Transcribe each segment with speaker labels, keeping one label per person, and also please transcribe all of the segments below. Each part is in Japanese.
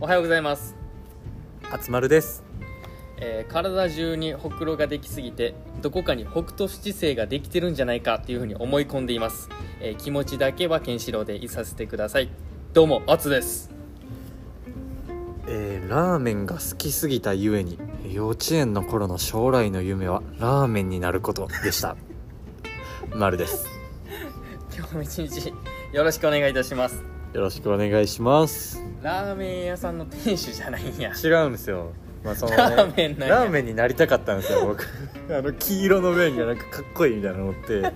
Speaker 1: はようございます、
Speaker 2: あつまるです
Speaker 1: えー体中にほくろができすぎてどこかに北斗七星ができてるんじゃないかというふうに思い込んでいます、えー気持ちだけはケンシロウでいさせてくださいどうもアツです
Speaker 2: えーラーメンが好きすぎたゆえに幼稚園の頃の将来の夢はラーメンになることでした まるです
Speaker 1: 今日も一日よろしくお願いいたします
Speaker 2: よろしくお願いします
Speaker 1: ラーメン屋さんの店主じゃないんや
Speaker 2: 違うんですよまあその、ね、
Speaker 1: ラーメンなんや
Speaker 2: ラーメンになりたかったんですよ僕 あの黄色の麺がなんかかっこいいみたいなの持 ってなんか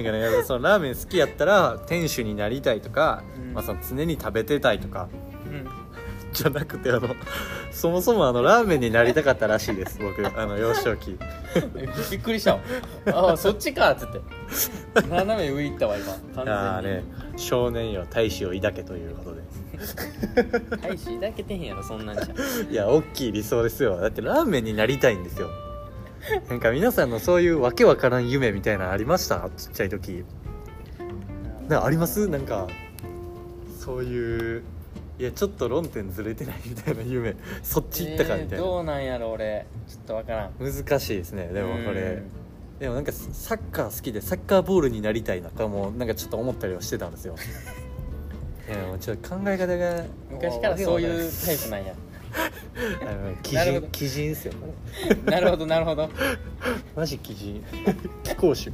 Speaker 2: ねやっぱそのラーメン好きやったら店主になりたいとか、
Speaker 1: うん
Speaker 2: まあ、その常に食べてたいとか
Speaker 1: うん
Speaker 2: じゃなくてあのそもそもあのラーメンになりたかったらしいです僕あの幼少期
Speaker 1: びっくりしたああそっちかっつって斜め上行ったわ今完全に
Speaker 2: ああね少年よ大志を抱けということで
Speaker 1: 大使だけてへんやろそん なんじゃ
Speaker 2: いや大きい理想ですよだってラーメンになりたいんですよなんか皆さんのそういうわけわからん夢みたいなのありましたちっちゃい時なんかありますなんかそういういやちょっと論点ずれてないみたいな夢そっち行ったかみたい
Speaker 1: えー
Speaker 2: な、
Speaker 1: どうなんやろ俺ちょっとわからん
Speaker 2: 難しいですねでもこ
Speaker 1: う
Speaker 2: れ
Speaker 1: ん
Speaker 2: でもなんかサッカー好きでサッカーボールになりたいなとかもなんかちょっと思ったりはしてた んですよいやもうちょっと考え方が
Speaker 1: 昔からそういうタイプ なんや
Speaker 2: あの鬼
Speaker 1: なるほど
Speaker 2: 人鬼人ですよ
Speaker 1: なるほどなるほどい
Speaker 2: マジ鬼人貴公子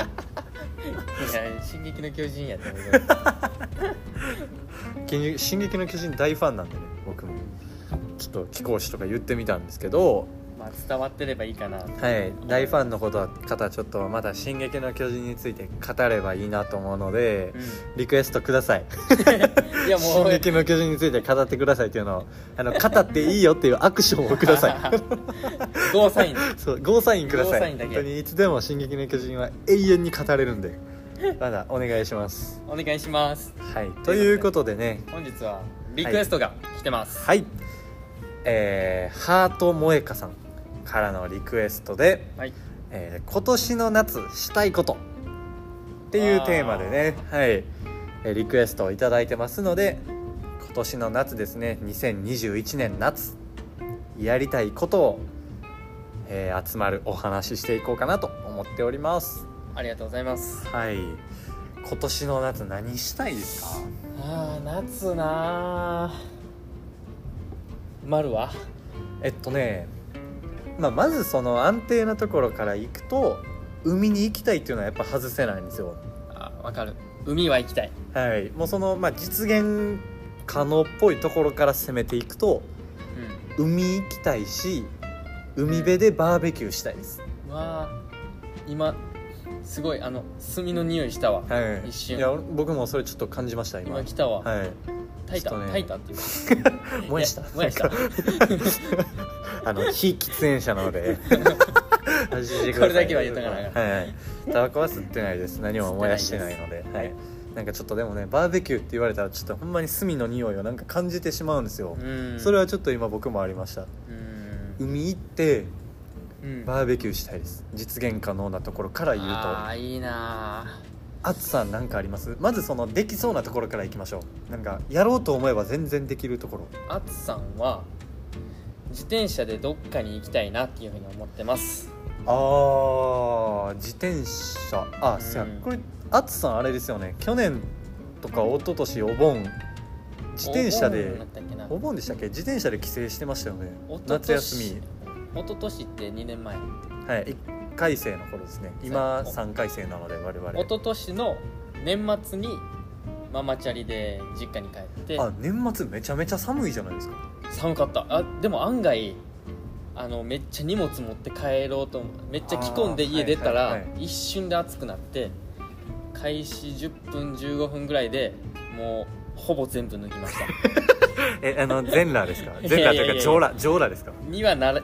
Speaker 1: や「進撃の巨人」やって思
Speaker 2: 進進撃の巨人大ファンなんでね僕もちょっと貴公子とか言ってみたんですけど
Speaker 1: まあ伝わってればいいかな
Speaker 2: はい大ファンのことは方ちょっとまた「進撃の巨人」について語ればいいなと思うので
Speaker 1: うん
Speaker 2: リクエストください
Speaker 1: いやも
Speaker 2: 進
Speaker 1: う
Speaker 2: 撃の巨人について語ってくださいっていうのをあの語っていいよっていうアクションをくだ さ
Speaker 1: ゴーサイン
Speaker 2: いそうゴーサインくだ
Speaker 1: ゴー
Speaker 2: さ
Speaker 1: サイ
Speaker 2: い
Speaker 1: ンだ
Speaker 2: 本
Speaker 1: け
Speaker 2: 当にいつでも「進撃の巨人」は永遠に語れるんでまだお願いします
Speaker 1: お願いします
Speaker 2: はいということでね
Speaker 1: 本日はリクエストが来てます、
Speaker 2: はいえー、ハート萌香さんからのリクエストで
Speaker 1: はい、
Speaker 2: 「えー今年の夏したいこと」っていうテーマでねはいえーリクエストを頂いただいてますので今年の夏ですね2021年夏やりたいことを、えー集まるお話ししていこうかなと思っております
Speaker 1: ありがとうございます
Speaker 2: はい今年の夏何したいですか
Speaker 1: ああ夏なあ丸は
Speaker 2: えっとね、まあ、まずその安定なところから行くと海に行きたいっていうのはやっぱ外せないんですよ
Speaker 1: あわかる海は行きたい
Speaker 2: はいもうその、まあ、実現可能っぽいところから攻めていくと
Speaker 1: う
Speaker 2: 海行きたいし海辺でバーベキューしたいです、
Speaker 1: んわあ今すごいあの炭の匂いしたわ
Speaker 2: はい、
Speaker 1: 一瞬
Speaker 2: いや僕もそれちょっと感じました今
Speaker 1: 今来たわ、
Speaker 2: はい
Speaker 1: 炊いた、
Speaker 2: ちょっとね
Speaker 1: 炊いたっていうか
Speaker 2: 燃やした
Speaker 1: いや燃やした
Speaker 2: なんかあの非喫煙者なので安心してくさ い
Speaker 1: これだけは言っとかなあか
Speaker 2: はいはいタバコは吸ってないです何も燃やしてないので
Speaker 1: す
Speaker 2: はいなんかちょっとでもねバーベキューって言われたらちょっとほんまに炭の匂いをなんか感じてしまうんですよ、
Speaker 1: うん
Speaker 2: それはちょっと今僕もありました
Speaker 1: うん
Speaker 2: 海行って
Speaker 1: うん
Speaker 2: バーベキューしたいです実現可能なところから言うと
Speaker 1: ああいいなあ
Speaker 2: 暑さなんかありますまずそのできそうなところから行きましょうなんかやろうと思えば全然できるところ
Speaker 1: あつさんは自転車でどっかに行きたいなっていうふうに思ってます
Speaker 2: あー自転車あ、せや
Speaker 1: うん
Speaker 2: これあつさんあれですよね去年とか一昨年お盆自転車
Speaker 1: お盆
Speaker 2: で
Speaker 1: だったっけな
Speaker 2: お盆でしたっけ自転車で帰省してましたよね
Speaker 1: おととし
Speaker 2: 夏休み
Speaker 1: 一昨年って2年前
Speaker 2: はい1回生の頃ですね今
Speaker 1: そう
Speaker 2: 3回生なので我々
Speaker 1: 一昨年の年末にママチャリで実家に帰って
Speaker 2: あ年末めちゃめちゃ寒いじゃないですか
Speaker 1: 寒かったあでも案外あのめっちゃ荷物持って帰ろうと思めっちゃ着込んで
Speaker 2: あー
Speaker 1: 家出たら、
Speaker 2: はいはいは
Speaker 1: 一瞬で暑くなって開始10分15分ぐらいでもうほぼ全部脱ぎました
Speaker 2: えあの全裸ですか
Speaker 1: いや
Speaker 2: 全
Speaker 1: いや
Speaker 2: 裸
Speaker 1: いや
Speaker 2: というか上裸上裸ですか
Speaker 1: にはなれ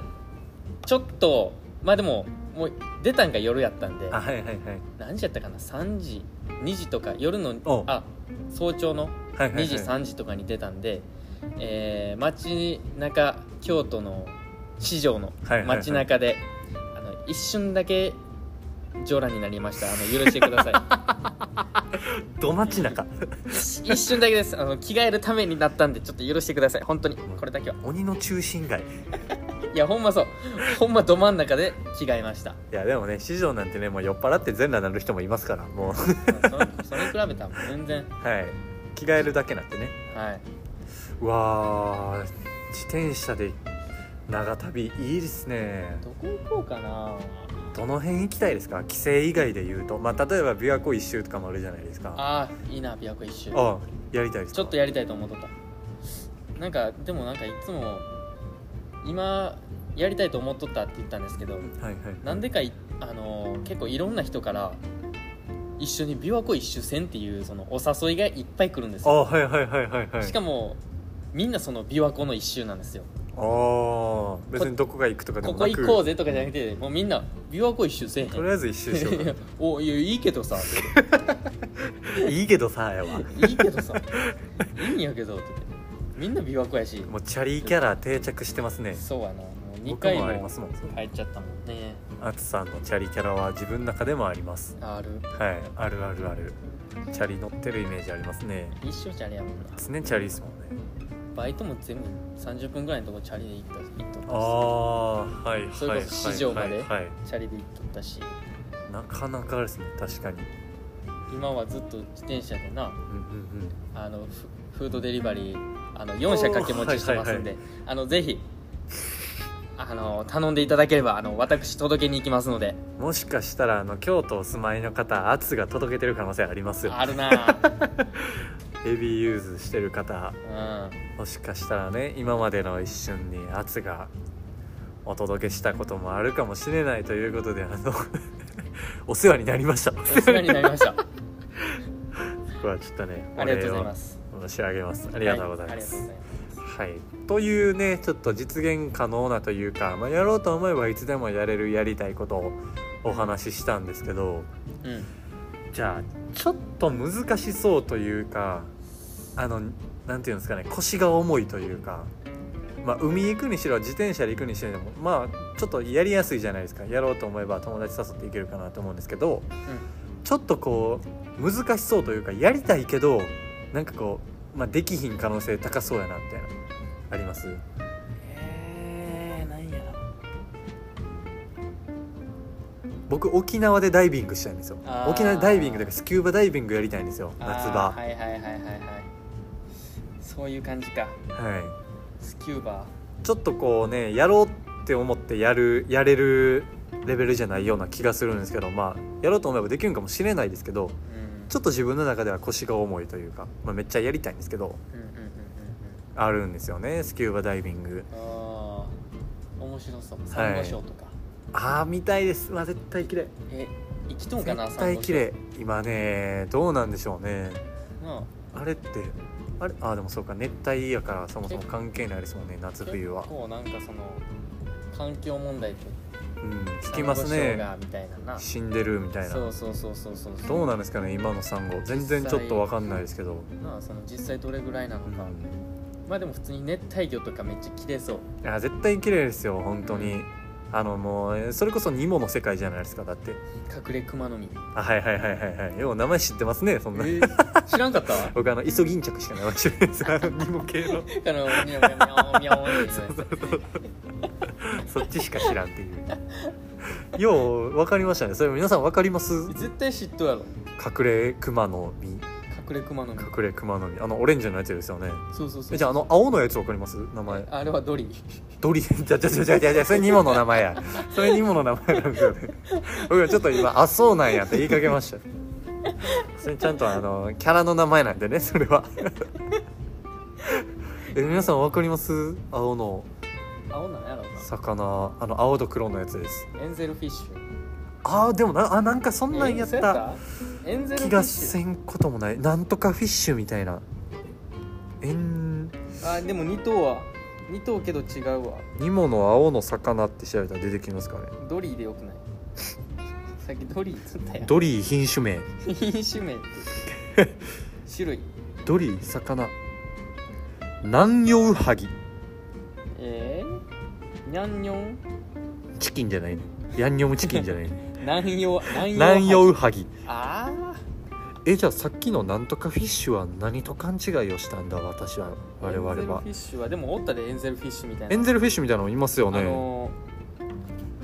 Speaker 1: ちょっとまあでももう出たんが夜やったんで
Speaker 2: あはいはいはい
Speaker 1: 何時やったかな3時2時とか夜の
Speaker 2: おう
Speaker 1: あ早朝の
Speaker 2: はいはいはい
Speaker 1: 2時3時とかに出たんで、えー街中京都の市場の
Speaker 2: はいはいはい
Speaker 1: 街中で、あの一瞬だけジョラになりましたあの許してくだ さ
Speaker 2: ど町中
Speaker 1: い一瞬だけですあの着替えるためになったんでちょっと許してください本当にこれだけは
Speaker 2: 鬼の中心街
Speaker 1: いやほんまそうほんまど真ん中で着替えました
Speaker 2: いやでもね市場なんてねもう酔っ払って全裸になる人もいますからもう
Speaker 1: それそれに比べたらもう全然
Speaker 2: はい着替えるだけなんてね
Speaker 1: は
Speaker 2: うわー自転車で長旅いいですね
Speaker 1: いどこ行こうかな
Speaker 2: どの辺行きたいですか帰省以外で言うとまあ例えば琵琶湖一周とかもあるじゃないですかあ
Speaker 1: あーいいな琵琶湖一周
Speaker 2: あやりたいですか
Speaker 1: ちょっとやりたいと思っとったなんかでもなんかいつも今やりたいと思っとったって言ったんですけど
Speaker 2: はいはい
Speaker 1: なんでかいあのー結構いろんな人から一緒に琵琶湖一周せんっていうそのお誘いがいっぱい来るんです
Speaker 2: あ
Speaker 1: よ
Speaker 2: はいはいはいはいはい
Speaker 1: しかもみんなその琵琶湖の一周なんですよ
Speaker 2: ああ別にどこが行くとかでも
Speaker 1: こ
Speaker 2: な
Speaker 1: こ
Speaker 2: く
Speaker 1: 行こうぜとかじゃなくてもうみんな琵琶湖一周せえへん
Speaker 2: とりあえず一周しよう
Speaker 1: いや
Speaker 2: か
Speaker 1: おいやいいけどさ
Speaker 2: ないいけどさやわ
Speaker 1: いいけどさ いいんやけどって言ってみんな琵琶湖やし
Speaker 2: もうチャリーキャラ定着してますね
Speaker 1: そうやなもう2
Speaker 2: 僕
Speaker 1: 回
Speaker 2: もあり
Speaker 1: も
Speaker 2: ますもん
Speaker 1: 入っちゃったもんね
Speaker 2: あつさんのチャリキャラは自分の中でもあります
Speaker 1: ある
Speaker 2: はいあるあるあるチャリ乗ってるイメージありますね
Speaker 1: 一生チャリやもんな
Speaker 2: 常にチャリですもんね
Speaker 1: バイトも全部30分ぐらいのとこチャリで行った行っとっ
Speaker 2: あ
Speaker 1: たし
Speaker 2: あはいはい
Speaker 1: それこそ市場まで
Speaker 2: はいはいはい
Speaker 1: チャリで行っとったし
Speaker 2: なかなかですね確かに
Speaker 1: 今はずっと自転車でな
Speaker 2: うんうん
Speaker 1: あのフフードデリバリーあの4社掛け持ちしてますんで、
Speaker 2: はい
Speaker 1: あのぜひあの頼んでいただければあの私届けに行きますので
Speaker 2: うんもしかしたらあの京都お住まいの方アツが届けてる可能性ありますよ
Speaker 1: あるな
Speaker 2: ヘビーユーズしてる方
Speaker 1: ぁ、
Speaker 2: もしかしたらね今までの一瞬に圧がお届けしたこともあるかもしれないということであの お世話になりましたこ
Speaker 1: うん、お世話になりました
Speaker 2: こはちょっとね
Speaker 1: ありがとうございます
Speaker 2: お礼を申し上げますありがとうござい
Speaker 1: はあ
Speaker 2: ま
Speaker 1: りが
Speaker 2: す
Speaker 1: とうございます
Speaker 2: はい、というねちょっと実現可能なというか、まあ、やろうと思えばいつでもやれるやりたいことをお話ししたんですけど
Speaker 1: うん
Speaker 2: じゃあちょっと難しそうというかあのなんていうんですかね腰が重いというか、まあ、海行くにしろ自転車で行くにしろでもまあちょっとやりやすいじゃないですかやろうと思えば友達誘っていけるかなと思うんですけど、ちょっとこう難しそうというかやりたいけどなんかこう、まあ、できひん可能性高そうやなみたいなあります
Speaker 1: えー、なんや
Speaker 2: 僕沖縄でダイビングしたいんですよ
Speaker 1: あー
Speaker 2: 沖縄でダイビングとかスキューバダイビングやりたいんですよ
Speaker 1: ろ
Speaker 2: 夏
Speaker 1: あ
Speaker 2: 場、
Speaker 1: ーはいはいはいはいはいそういう感じか
Speaker 2: はい、
Speaker 1: スキューバ
Speaker 2: ちょっとこうねやろうって思ってやるやれるレベルじゃないような気がするんですけどまあやろうと思えばできるんかもしれないですけど
Speaker 1: ーうん
Speaker 2: ちょっと自分の中では腰が重いというか、まあ、めっちゃやりたいんですけど
Speaker 1: うんうんうんうんうん
Speaker 2: あるんですよねスキューバダイビング
Speaker 1: ああ面白そうサンゴ礁とか、
Speaker 2: ああ見たいですまあ絶対綺麗
Speaker 1: え生きとんかな
Speaker 2: 絶対綺麗今ねどうなんでしょうね
Speaker 1: サンゴ礁な
Speaker 2: あれってあれあーでもそうか熱帯やからそもそも関係ないですもんね
Speaker 1: あ
Speaker 2: 夏冬は
Speaker 1: 結構なんかその環境問題って
Speaker 2: うん聞きます
Speaker 1: サンゴ礁
Speaker 2: ね
Speaker 1: がみたいなな
Speaker 2: 死んでるみたいな
Speaker 1: そうそうそうそうそう
Speaker 2: どう
Speaker 1: な
Speaker 2: なんですかね今のサンゴ全然ちょっとわかんないですけど、
Speaker 1: なあその実際どれぐらいなの
Speaker 2: う
Speaker 1: か、
Speaker 2: ん、
Speaker 1: まあでも普通に熱帯魚とかめっちゃ綺麗そう
Speaker 2: いや絶対綺麗ですよ本当に、あのもうそれこそニモの世界じゃないですかだって
Speaker 1: 隠れ熊の実
Speaker 2: あはいはいはいはいはいよう名前知ってますねそんな、
Speaker 1: えー知らんかったわ
Speaker 2: 僕あのイソギンチャクしか名前知らないですあのニモ系 の
Speaker 1: あのミャオミャオミャオミャオ
Speaker 2: そうそうそうそっちしか知らんっていうよう分かりましたねそれ皆さん分かります
Speaker 1: 絶対知っとうやろ
Speaker 2: 隠れ熊の実
Speaker 1: 隠れ熊の実
Speaker 2: 隠れ熊の実あのオレンジのやつですよね
Speaker 1: そうそうそう
Speaker 2: えじゃああの青のやつ分かります名前
Speaker 1: あれはドリ
Speaker 2: ドリじゃじゃじゃじゃじゃじゃそれニモの名前やそれニモの名前なんですよね僕はちょっと今「あそうなんや」って言いかけましたそれちゃんとあのキャラの名前なんでねそれはえ皆さん分かります青の
Speaker 1: 青なんやろうな
Speaker 2: 魚あの青と黒のやつです
Speaker 1: エンゼルフィッシュ
Speaker 2: あーでもなあなんかそんなんやっ
Speaker 1: え
Speaker 2: た
Speaker 1: エンゼルフィ
Speaker 2: 気
Speaker 1: ッ
Speaker 2: が
Speaker 1: シ
Speaker 2: せんこともないなんとかフィッシュみたいなえ
Speaker 1: ュ
Speaker 2: ん
Speaker 1: あでも2頭は2頭けど違うわ
Speaker 2: ニモの青の魚って調べたら出てきますかね
Speaker 1: ドリーでよくない さっきドリーっつったやん
Speaker 2: ドリー品種名
Speaker 1: 品種名って 種類
Speaker 2: ドリー魚南洋ウハギ
Speaker 1: えー、ニャンニョン
Speaker 2: チキンじゃないねヤンニョムチキンじゃないね
Speaker 1: 南洋
Speaker 2: 南洋ウハギ
Speaker 1: あ
Speaker 2: えじゃあさっきのなんとかフィッシュは何と勘違いをしたんだ私は
Speaker 1: あ
Speaker 2: 我々
Speaker 1: エンゼル
Speaker 2: は
Speaker 1: フィッシュはでもおったでエンゼルフィッシュみたいな
Speaker 2: エンゼルフィッシュみたいなのいますよね、
Speaker 1: あの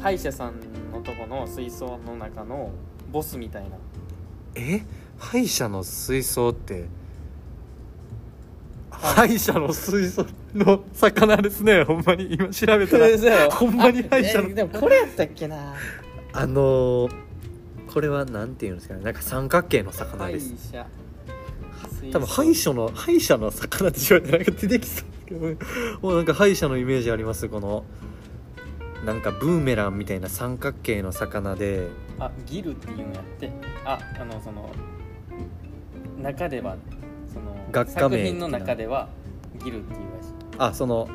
Speaker 1: 歯医者さんのとこの水槽の中のボスみたい な
Speaker 2: え歯医者の水槽って歯医者の水槽の魚ですねほんまに今調べたらほんまに歯医者の
Speaker 1: あえでもこれやったっけな
Speaker 2: あのーこれはなんていうんですかねなんか三角形の魚
Speaker 1: 歯医
Speaker 2: です
Speaker 1: 者
Speaker 2: 多分歯医者の歯医者の魚って言われてなんか出てきそうですけどもうなんか歯医者のイメージありますこのなんかブーメランみたいな三角形の魚で
Speaker 1: あギルっていうのやってああのその中ではその
Speaker 2: 学科
Speaker 1: 作
Speaker 2: 名
Speaker 1: 品の中ではギルっていうらしい
Speaker 2: あその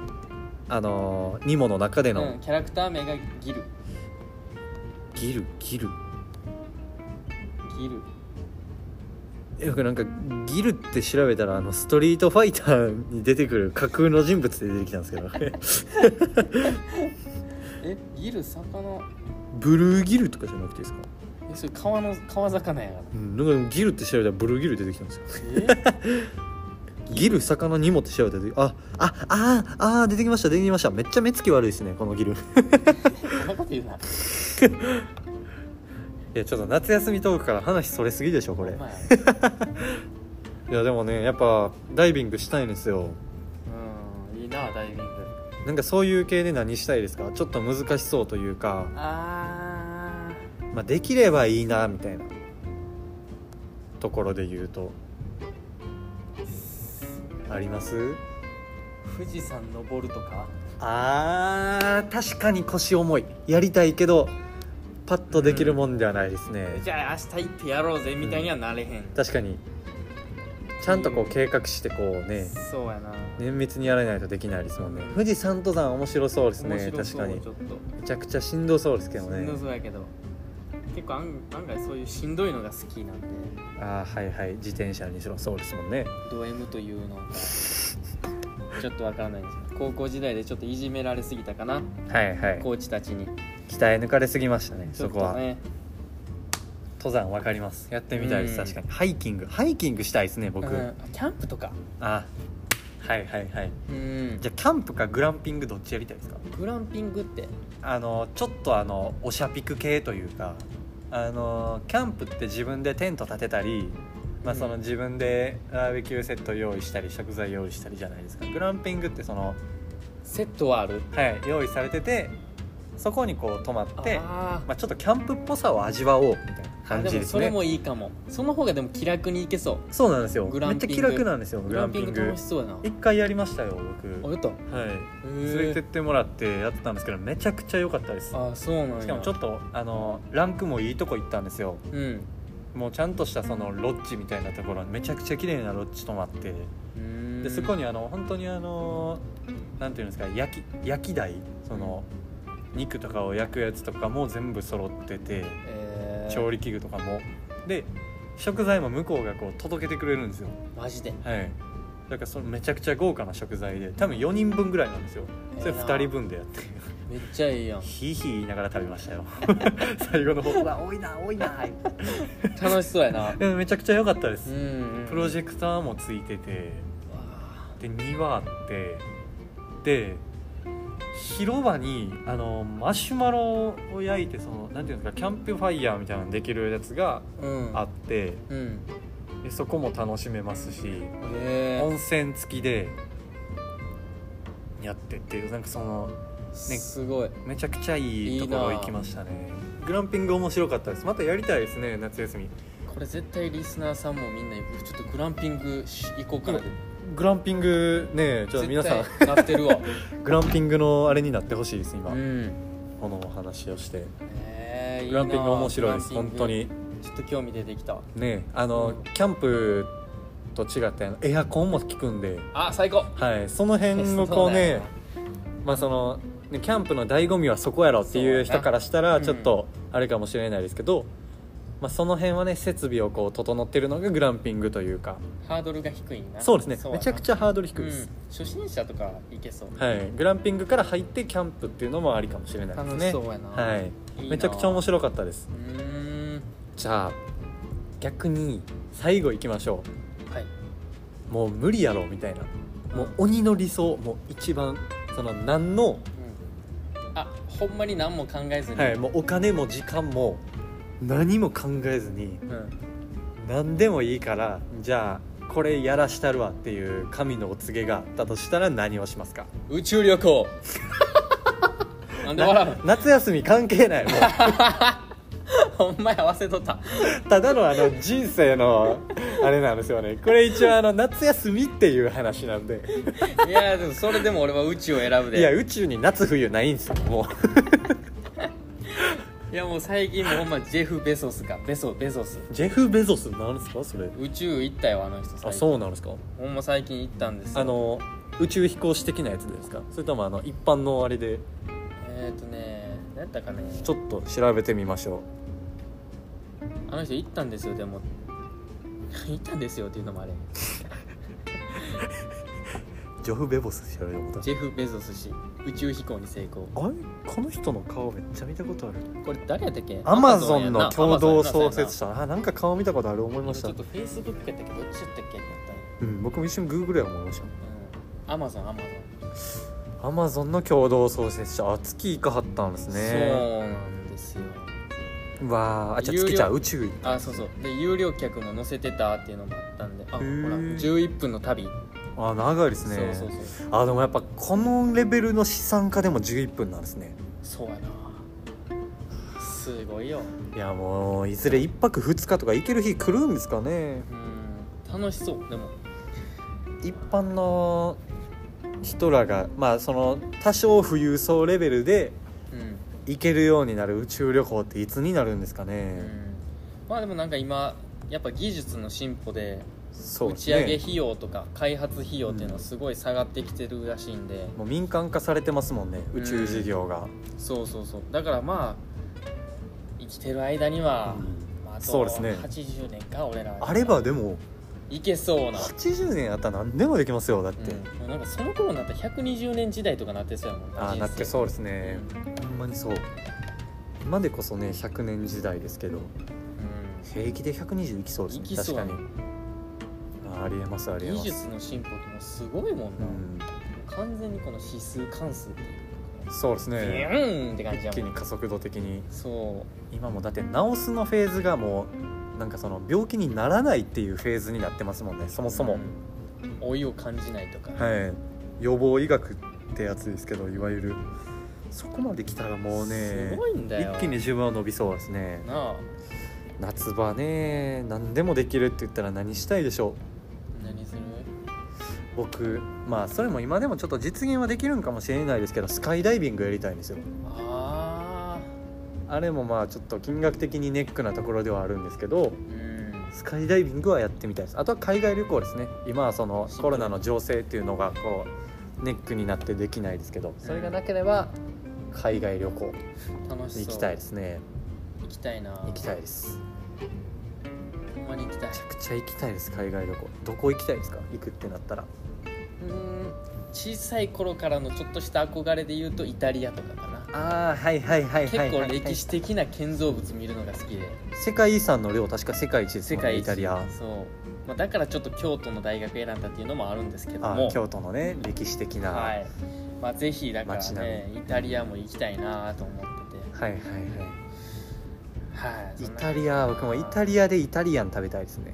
Speaker 2: あのーニモの中での
Speaker 1: うん、キャラクター名がギル
Speaker 2: ギルギル
Speaker 1: ギル
Speaker 2: よくなんかギルって調べたらあのストリートファイターに出てくる架空の人物で出てきたんですけど
Speaker 1: えギル魚
Speaker 2: ブルーギルとかじゃなくていいですか、
Speaker 1: えそれ川の川魚やから
Speaker 2: うん、なんかギルって調べたらブルーギル出てきたんですよ
Speaker 1: え
Speaker 2: ギル魚にもって調べた時あああーあー出てきました出てきましためっちゃ目つき悪いですねこのギルい
Speaker 1: そんなこと言うな
Speaker 2: やちょっと夏休みトークから話それすぎでしょこれ
Speaker 1: ほんまや
Speaker 2: いやでもねやっぱダイビングしたいんですよ
Speaker 1: うんいいなダイビング
Speaker 2: なんかそういう系で何したいですかちょっと難しそうというか、
Speaker 1: あ
Speaker 2: まあ、できればいいなみたいなところで言うとあります
Speaker 1: ー富士山登るとか
Speaker 2: あー確かに腰重いやりたいけどパッとできるもんではないですね、
Speaker 1: じゃあ明日行ってやろうぜみたいにはなれへん、
Speaker 2: 確かにちゃんとこう計画してこうね
Speaker 1: そうやな
Speaker 2: 綿密にやらないとできないですもんね富士山登山面白そうです
Speaker 1: 面
Speaker 2: ね
Speaker 1: 白
Speaker 2: 確
Speaker 1: そ
Speaker 2: か
Speaker 1: う
Speaker 2: に
Speaker 1: ちょっと
Speaker 2: めちゃくちゃしんどそうですけど
Speaker 1: しん
Speaker 2: ね
Speaker 1: どそうやけど結構案案外そういうしんどいのが好きなんで
Speaker 2: ああはいはい自転車にしろそうですもんね
Speaker 1: ド M というの がちょっとわからないんですけど高校時代でちょっといじめられすぎたかな
Speaker 2: はいはい
Speaker 1: コーチたちに
Speaker 2: 鍛え抜かれすぎましたね
Speaker 1: ちょ
Speaker 2: そ
Speaker 1: っ
Speaker 2: ことは、
Speaker 1: ね
Speaker 2: 登山わかりますやってみたいです
Speaker 1: うん
Speaker 2: 確かにハイキングハイキングしたいですね僕、
Speaker 1: うんキャンプとか
Speaker 2: あはいはいはい
Speaker 1: うん
Speaker 2: じゃあキャンプかグランピングどっちやりたいですか
Speaker 1: グランピングって
Speaker 2: あのちょっとあのおしゃピク系というかあのキャンプって自分でテント立てたり、まあ、
Speaker 1: うん
Speaker 2: その自分でバーベキューセット用意したり食材用意したりじゃないですかグランピングってその、
Speaker 1: セットはある
Speaker 2: はい、用意されててそこにこう泊まって
Speaker 1: あー
Speaker 2: まあ、ちょっとキャンプっぽさを味わおうみたいな
Speaker 1: あ
Speaker 2: 感
Speaker 1: で
Speaker 2: じ
Speaker 1: も
Speaker 2: です
Speaker 1: それ
Speaker 2: ね
Speaker 1: もいいかもその方がでも気楽に行けそう
Speaker 2: そうなんですよ
Speaker 1: グ
Speaker 2: め
Speaker 1: ラ
Speaker 2: っ
Speaker 1: ン
Speaker 2: ち
Speaker 1: ピ
Speaker 2: ゃ
Speaker 1: ング
Speaker 2: 気楽なんですよグ
Speaker 1: グ
Speaker 2: ラ
Speaker 1: ラ
Speaker 2: ン
Speaker 1: ン
Speaker 2: ピ
Speaker 1: ピ
Speaker 2: ン
Speaker 1: ン
Speaker 2: グ
Speaker 1: グ楽しそうやな
Speaker 2: 一回やりましたよ僕
Speaker 1: あやったへ
Speaker 2: はい連れて
Speaker 1: え
Speaker 2: ってもらってやったんですけどめちゃくちゃ良かったです
Speaker 1: あそうなんや
Speaker 2: しかもちょっとあのランクもいいとこ行ったんですよ
Speaker 1: うん
Speaker 2: もうちゃんとしたそのロッジみたいなところにめちゃくちゃ綺麗なロッジ泊まって
Speaker 1: うーん
Speaker 2: でそこにあの本当にあのなんていうんですか焼き焼き台その肉とかを焼くやつとかも全部揃ってて
Speaker 1: えー
Speaker 2: 調理器具とかもで食材も向こうがこう届けてくれるんですよ
Speaker 1: マジで
Speaker 2: はいだからそのめちゃくちゃ豪華な食材で多分4人分ぐらいなんですよそれ
Speaker 1: ええな
Speaker 2: 2人分でや って
Speaker 1: めっちゃいいやん
Speaker 2: ひいひい言いながら食べましたよ 最後の方は多いな多いな
Speaker 1: 楽しそうやな
Speaker 2: でもめちゃくちゃ良かったです、
Speaker 1: うん
Speaker 2: プロジ
Speaker 1: ェ
Speaker 2: ェクターもついてて
Speaker 1: クト
Speaker 2: で庭あってで広場にあのマシュマロを焼いてそのなんていうんですかキャンプファイヤーみたいなのできるやつが
Speaker 1: うん
Speaker 2: あって
Speaker 1: うん
Speaker 2: でそこも楽しめますし
Speaker 1: え
Speaker 2: 温泉付きでやってっていうなんかその
Speaker 1: ーすごい
Speaker 2: めちゃくちゃいいところ
Speaker 1: いいな
Speaker 2: 行きましたねグランピング面白かったですまたやりたいですね夏休み
Speaker 1: これ絶対リスナーさんもみんなちょっとグランピングし行こうかなって
Speaker 2: グランピングねちょっと皆さん
Speaker 1: 絶対なってる わ
Speaker 2: グランピングのあれになってほしいです今、
Speaker 1: うん
Speaker 2: このお話をして
Speaker 1: えーいい
Speaker 2: グ
Speaker 1: な
Speaker 2: ランピング面白いです
Speaker 1: グランピ
Speaker 2: 本
Speaker 1: ング
Speaker 2: 当に
Speaker 1: ちょっと興味出てきたわ
Speaker 2: ねあの、
Speaker 1: うん
Speaker 2: キャンプと違ってあのエアコンも効くんで、
Speaker 1: あ最高
Speaker 2: はい、その辺をこうねまあそのねキャンプの醍醐味はそこやろっていう人からしたら
Speaker 1: そう
Speaker 2: ち
Speaker 1: や
Speaker 2: ょ
Speaker 1: な
Speaker 2: っとあれかもしれないですけど、まあ、その辺はね設備をこう整ってるのがグランピングというか
Speaker 1: ハードルが低いな
Speaker 2: そうですねめちゃくちゃハードル
Speaker 1: ゃ
Speaker 2: 低いです、
Speaker 1: 初心者とかいけそう
Speaker 2: はい、グランピングから入ってキャンプっていうのもありかもしれないです
Speaker 1: 楽
Speaker 2: ね
Speaker 1: しそうやな、
Speaker 2: はい、
Speaker 1: いいな
Speaker 2: めちゃくちゃ面白かったです
Speaker 1: うーん
Speaker 2: じゃあ逆に最後行きましょ
Speaker 1: はいう
Speaker 2: もう無理やろみたいなもう
Speaker 1: うん
Speaker 2: 鬼の理想もう一番その何の、
Speaker 1: あほんまに何も考えずに、
Speaker 2: はい、もうお金も時間も何も考えず
Speaker 1: う
Speaker 2: に
Speaker 1: ん
Speaker 2: 何でもいいからじゃあこれやらしたるわっていう神のお告げがあったとしたら何をしますか
Speaker 1: 宇宙旅行なんで笑
Speaker 2: な夏休み関係 ないもう
Speaker 1: うほんまや合わせとった
Speaker 2: ただのあの人生のあれなんですよねこれ一応あの夏休みっていう話なんで
Speaker 1: いやでもそれでも俺は宇宙を選ぶで
Speaker 2: いや宇宙に夏冬ないんですよもう
Speaker 1: いやもう最近もうほんまジェフ・ベソスかベソベソス
Speaker 2: ジェフ・ベゾスなんですかそれ
Speaker 1: 宇宙行ったよあの人最近
Speaker 2: あそうなんですか
Speaker 1: ほんま最近行ったんですよ
Speaker 2: あの宇宙飛行士的なやつですかそれともあの一般のあれで
Speaker 1: えっ、ー、とね何やったかね
Speaker 2: ちょっと調べてみましょ
Speaker 1: あの人行ったんですよでも行ったんですよっていうのもあれ
Speaker 2: うジョフ・ベボス調べようと
Speaker 1: ジェフ・ベゾス氏宇宙飛行に成功
Speaker 2: あれこの人の顔めっちゃ見たことある
Speaker 1: これ誰やったっけ
Speaker 2: アマゾンの共同創設
Speaker 1: 者
Speaker 2: 者あなんか顔見たことある思いまし
Speaker 1: ち
Speaker 2: た
Speaker 1: ょっ、とフェイスブックやったっけどどっちやったっけってなったんや
Speaker 2: うん、僕も一瞬グーグルや思いまし
Speaker 1: うんアマゾンアマゾン
Speaker 2: たアマゾンの共同創設者あ月行かはったんですね
Speaker 1: そうなんですよ
Speaker 2: うわーあじゃあ
Speaker 1: 有料
Speaker 2: 月ちゃう宇宙行っ
Speaker 1: あそうそうで有料客も乗せてたっていうのもあったんであほら
Speaker 2: ー
Speaker 1: 11分の旅、
Speaker 2: たあ長いです
Speaker 1: そう
Speaker 2: ね
Speaker 1: そうそう
Speaker 2: あでもやっぱこのレベルの資産家でも11分なんですね
Speaker 1: そうやなすごいよ
Speaker 2: いやもういずれ1泊2日とか行ける日来るんですかね
Speaker 1: うん楽しそうでも
Speaker 2: 一般の人らがまあその多少富裕層レベルで
Speaker 1: うん
Speaker 2: 行けるようになる宇宙旅行っていつになるんですか
Speaker 1: う
Speaker 2: ね、
Speaker 1: んまあでもなんか今やっぱ技術の進歩で
Speaker 2: そう
Speaker 1: 打
Speaker 2: です
Speaker 1: ち
Speaker 2: ね
Speaker 1: 上げ費用とか開発費用っていうのはすごい下がってきてるらしいんで、
Speaker 2: もう民間化されてますもんね宇宙事業が、
Speaker 1: そうそうそうだからまあ生きてる間には、
Speaker 2: うん
Speaker 1: まあ、あと
Speaker 2: そうですね
Speaker 1: 80年か俺らは
Speaker 2: あればでも
Speaker 1: いけそうな、
Speaker 2: 80年あったら何でもできますよだって、
Speaker 1: うん、もうなんかその頃になったら120年時代とかなってそうやもん
Speaker 2: ああなってそうです
Speaker 1: う
Speaker 2: ね
Speaker 1: ん、
Speaker 2: ほんまにそう今でこそね100年時代ですけど
Speaker 1: う
Speaker 2: 平気で120いきそうで
Speaker 1: ん、
Speaker 2: す
Speaker 1: い
Speaker 2: ね
Speaker 1: きそうや
Speaker 2: 確
Speaker 1: ね
Speaker 2: かにあありえますありえま
Speaker 1: 技
Speaker 2: す
Speaker 1: 術の進歩ってもうすごいもん
Speaker 2: う
Speaker 1: な、
Speaker 2: ん
Speaker 1: 完全にこの指数関数っていうか
Speaker 2: そうです
Speaker 1: ビ
Speaker 2: ね
Speaker 1: ューンって感じや
Speaker 2: 一気
Speaker 1: も
Speaker 2: に
Speaker 1: ん
Speaker 2: 加速度的に
Speaker 1: そ
Speaker 2: 今もだって治すのフェーズがもうなんかその病気にならないっていうフェーズになってますもんねそうもそも、
Speaker 1: うん老いを感じないとか、
Speaker 2: はい予防医学ってやつですけどいわゆるそこまで来たらもうね
Speaker 1: すごいんだよ
Speaker 2: 一気に自分は伸びそうですね
Speaker 1: なあ
Speaker 2: 夏場ね何でもできるって言ったら何したいでしょ
Speaker 1: 何する
Speaker 2: う僕まあそれも今でもちょっと実現はできるんかもしれないですけどスカイダイビングやりたいんですよ
Speaker 1: ああ
Speaker 2: あれもまあちょっと金額的にネックなところではあるんですけど
Speaker 1: うん
Speaker 2: スカイダイビングはやってみたいですあとは海外旅行ですね今はそのコロナの情勢っていうのがこうネックになってできないですけどそれがなければ海外旅行
Speaker 1: 楽しそう
Speaker 2: 行きたいですね
Speaker 1: 行きたいな
Speaker 2: 行きたいです
Speaker 1: ほんまに行きたい
Speaker 2: めちゃくちゃ行きたいです海外旅行どこ行きたいですか行くってなったら
Speaker 1: うーん小さい頃からのちょっとした憧れで言うとイタリアとかかな
Speaker 2: ああはいはいはい
Speaker 1: 結構歴史的な建造物見るのが好きで
Speaker 2: 世界遺産の量確か世界一です
Speaker 1: 世
Speaker 2: もんね
Speaker 1: 界一
Speaker 2: イタリア
Speaker 1: そう、まあ、だからちょっと京都の大学選んだっていうのもあるんですけど
Speaker 2: あ
Speaker 1: も
Speaker 2: ー京都のね歴史的な、
Speaker 1: は
Speaker 2: はい、
Speaker 1: いまあぜひだから
Speaker 2: 街並
Speaker 1: ねイタリアも行きたいなと思ってて
Speaker 2: はいはい
Speaker 1: はい
Speaker 2: イタリア僕もイタリアでイタリアン食べたいですね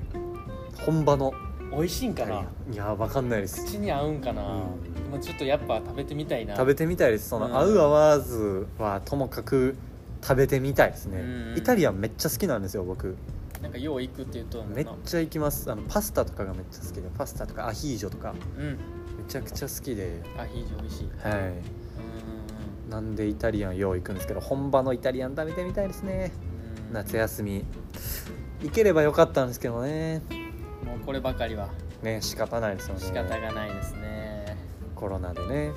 Speaker 2: 本場の
Speaker 1: ア美味しいんかない
Speaker 2: やわかんないです
Speaker 1: 口に合うんかな、
Speaker 2: うん
Speaker 1: でもちょっとやっぱ食べてみたいな
Speaker 2: 食べてみたいですその、
Speaker 1: うん
Speaker 2: 合う合わずはともかく食べてみたいですね、
Speaker 1: うん
Speaker 2: イタリアンめっちゃ好きなんですよ僕
Speaker 1: なんかよう行くっていうと
Speaker 2: めっちゃ行きますあのパスタとかがめっちゃ好きでパスタとかアヒージョとか
Speaker 1: うん
Speaker 2: めちゃくちゃ好きで
Speaker 1: アヒージョ美味しいう
Speaker 2: はい
Speaker 1: ー
Speaker 2: なんでイタリアンよう行くんですけど本場のイタリアン食べてみたいですね
Speaker 1: んうん
Speaker 2: 夏休み行ければよかったんですけどね
Speaker 1: もうこればかりは
Speaker 2: ね仕方ないですよね
Speaker 1: 仕方がないですね、
Speaker 2: コロナでね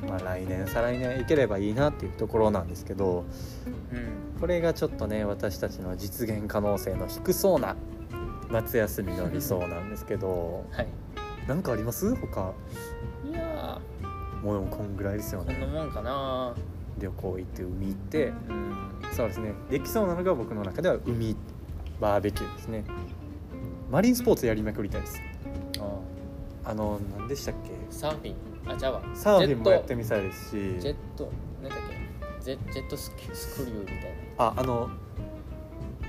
Speaker 1: うん、
Speaker 2: まあ、来年再来年行ければいいなっていうところなんですけど
Speaker 1: うん
Speaker 2: これがちょっとね私たちの実現可能性の低そうな夏休みの理想なんですけど
Speaker 1: はい
Speaker 2: なんかあります他
Speaker 1: いや
Speaker 2: もうこんぐらいですよ
Speaker 1: ーこんな
Speaker 2: ね
Speaker 1: もんかな
Speaker 2: 旅行行って海行って
Speaker 1: うん
Speaker 2: そうですねできそうなのが僕の中では海バーベキューですねマリンスポーツやりまくりたいです
Speaker 1: あ
Speaker 2: あの何でしたっけ
Speaker 1: サーフィンあじゃあわ
Speaker 2: サーフィンもやっ
Speaker 1: ジ
Speaker 2: て
Speaker 1: ェッ
Speaker 2: みたいです
Speaker 1: トジェッ
Speaker 2: し
Speaker 1: トなんだっけジェジェットスキュスクリューみたいな
Speaker 2: ああの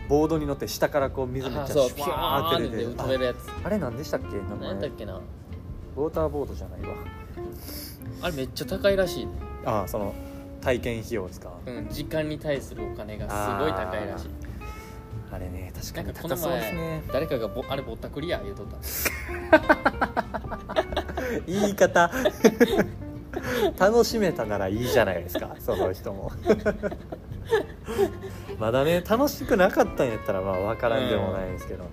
Speaker 2: ボードに乗って下からこう水めっ
Speaker 1: あ
Speaker 2: ちゃ
Speaker 1: そう
Speaker 2: シ
Speaker 1: ピ
Speaker 2: ュ
Speaker 1: ュ
Speaker 2: ワ
Speaker 1: ーン
Speaker 2: ー
Speaker 1: っ
Speaker 2: っ
Speaker 1: てて
Speaker 2: 出て
Speaker 1: 飛べるやつ
Speaker 2: ああれ何でしたっけ名
Speaker 1: なんだ
Speaker 2: 前
Speaker 1: っけな
Speaker 2: ウォーターボードじゃないわ
Speaker 1: あれめっちゃ高いらしいね
Speaker 2: ああその体験費用ですか、
Speaker 1: うん時間に対するお金がすごい高いらしい
Speaker 2: あれね確
Speaker 1: な
Speaker 2: か
Speaker 1: ん
Speaker 2: に
Speaker 1: かこの
Speaker 2: 高そうです
Speaker 1: 前
Speaker 2: ね
Speaker 1: 誰かがぼあれぼったくりや言うとった
Speaker 2: 言い方楽しめたならいいじゃないですかその 人もまだね楽しくなかったんやったらまあ分からんでもないですけど、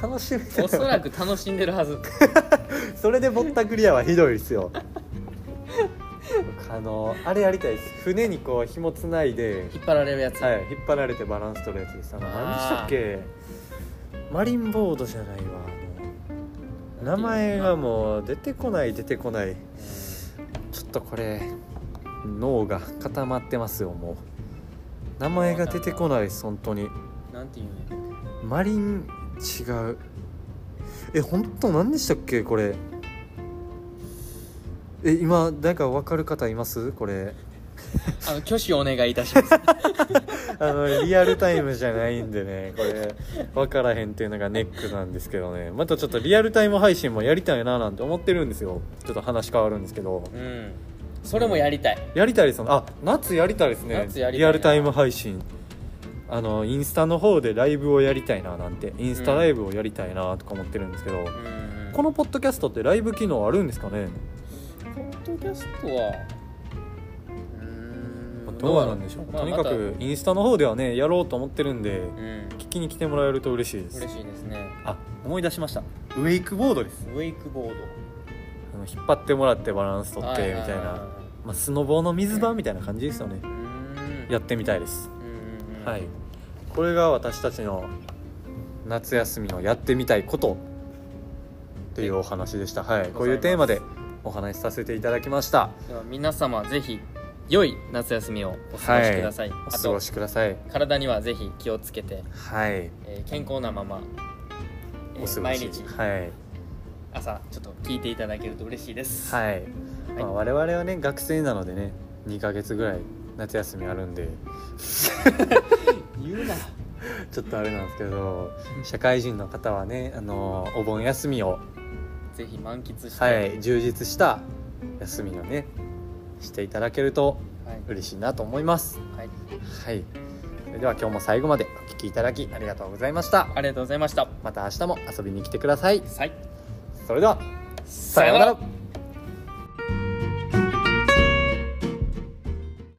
Speaker 2: 楽しめ
Speaker 1: お
Speaker 2: て
Speaker 1: そ
Speaker 2: な
Speaker 1: らく楽しんでるはず
Speaker 2: それでぼったくり屋はひどいですよあのあれやりたいです船にこう紐つないで、
Speaker 1: 引っ張られるやつ、
Speaker 2: はい、引っ張られてバランス取るやつですあの何でしたっけマリンボードじゃないわあの名前がもう出てこない出てこないちょっとこれ脳が固まってますよもう名前が出てこないです本当に
Speaker 1: うんなんていうんや
Speaker 2: マリン違うえ本当何でしたっけこれえ今誰か分かる方いますこれ
Speaker 1: あの挙手お願いいたします
Speaker 2: あのリアルタイムじゃないんでねこれ分からへんっていうのがネックなんですけどねまたちょっとリアルタイム配信もやりたいななんて思ってるんですよちょっと話変わるんですけど
Speaker 1: うんそれもやりたい
Speaker 2: やりたいですねあ夏やりたいですね
Speaker 1: 夏やりたいな
Speaker 2: リアルタイム配信あのインスタの方でライブをやりたいななんてインスタライブをやりたいなとか思ってるんですけど、
Speaker 1: うん
Speaker 2: このポッドキャストってライブ機能あるんですかね
Speaker 1: ポッドキャストはうーん
Speaker 2: どうなんでしょう、
Speaker 1: まあ
Speaker 2: とにかくインスタの方ではねやろうと思ってるんで、
Speaker 1: またうん
Speaker 2: 聞きに来てもらえると嬉しいです
Speaker 1: 嬉しいですね
Speaker 2: あ思い出しましたウェイクボードです
Speaker 1: ウェイクボー
Speaker 2: あの引っ張ってもらってバランス
Speaker 1: ド
Speaker 2: 取ってみたいな、
Speaker 1: あ
Speaker 2: まあ、スノボーの水場みたいな感じですよね
Speaker 1: ーうん
Speaker 2: やってみたいです
Speaker 1: うんうんうん
Speaker 2: はい、これが私たちの夏休みのやってみたいことっていうお話でした、はい、こういうテーマでお話しさせていただきました
Speaker 1: では皆様ぜひ良い夏休みをお過ごしください、
Speaker 2: お
Speaker 1: あ
Speaker 2: 過
Speaker 1: と
Speaker 2: ごしください
Speaker 1: 体にはぜひ気をつけて、
Speaker 2: はい
Speaker 1: えー健康なまま、えー
Speaker 2: お過ご
Speaker 1: 毎
Speaker 2: し
Speaker 1: 日
Speaker 2: はい、
Speaker 1: 朝ちょっと聞いていただけると嬉しいです、
Speaker 2: はいまあ、
Speaker 1: は
Speaker 2: 我々はね学生なのでね2ヶ月ぐらい夏休みあるんで
Speaker 1: い、言うな
Speaker 2: ちょっとあれなんですけど社会人の方はねあのお盆休みを
Speaker 1: ぜひ満喫して、
Speaker 2: はい充実した休みをねしていただけると
Speaker 1: はい
Speaker 2: 嬉しいなと思います
Speaker 1: はい
Speaker 2: はい。それでは今日も最後までお聞きいただきありがとうございました。
Speaker 1: ありがとうございました
Speaker 2: また明日も遊びに来てください。
Speaker 1: はい
Speaker 2: それでは、
Speaker 1: さようなら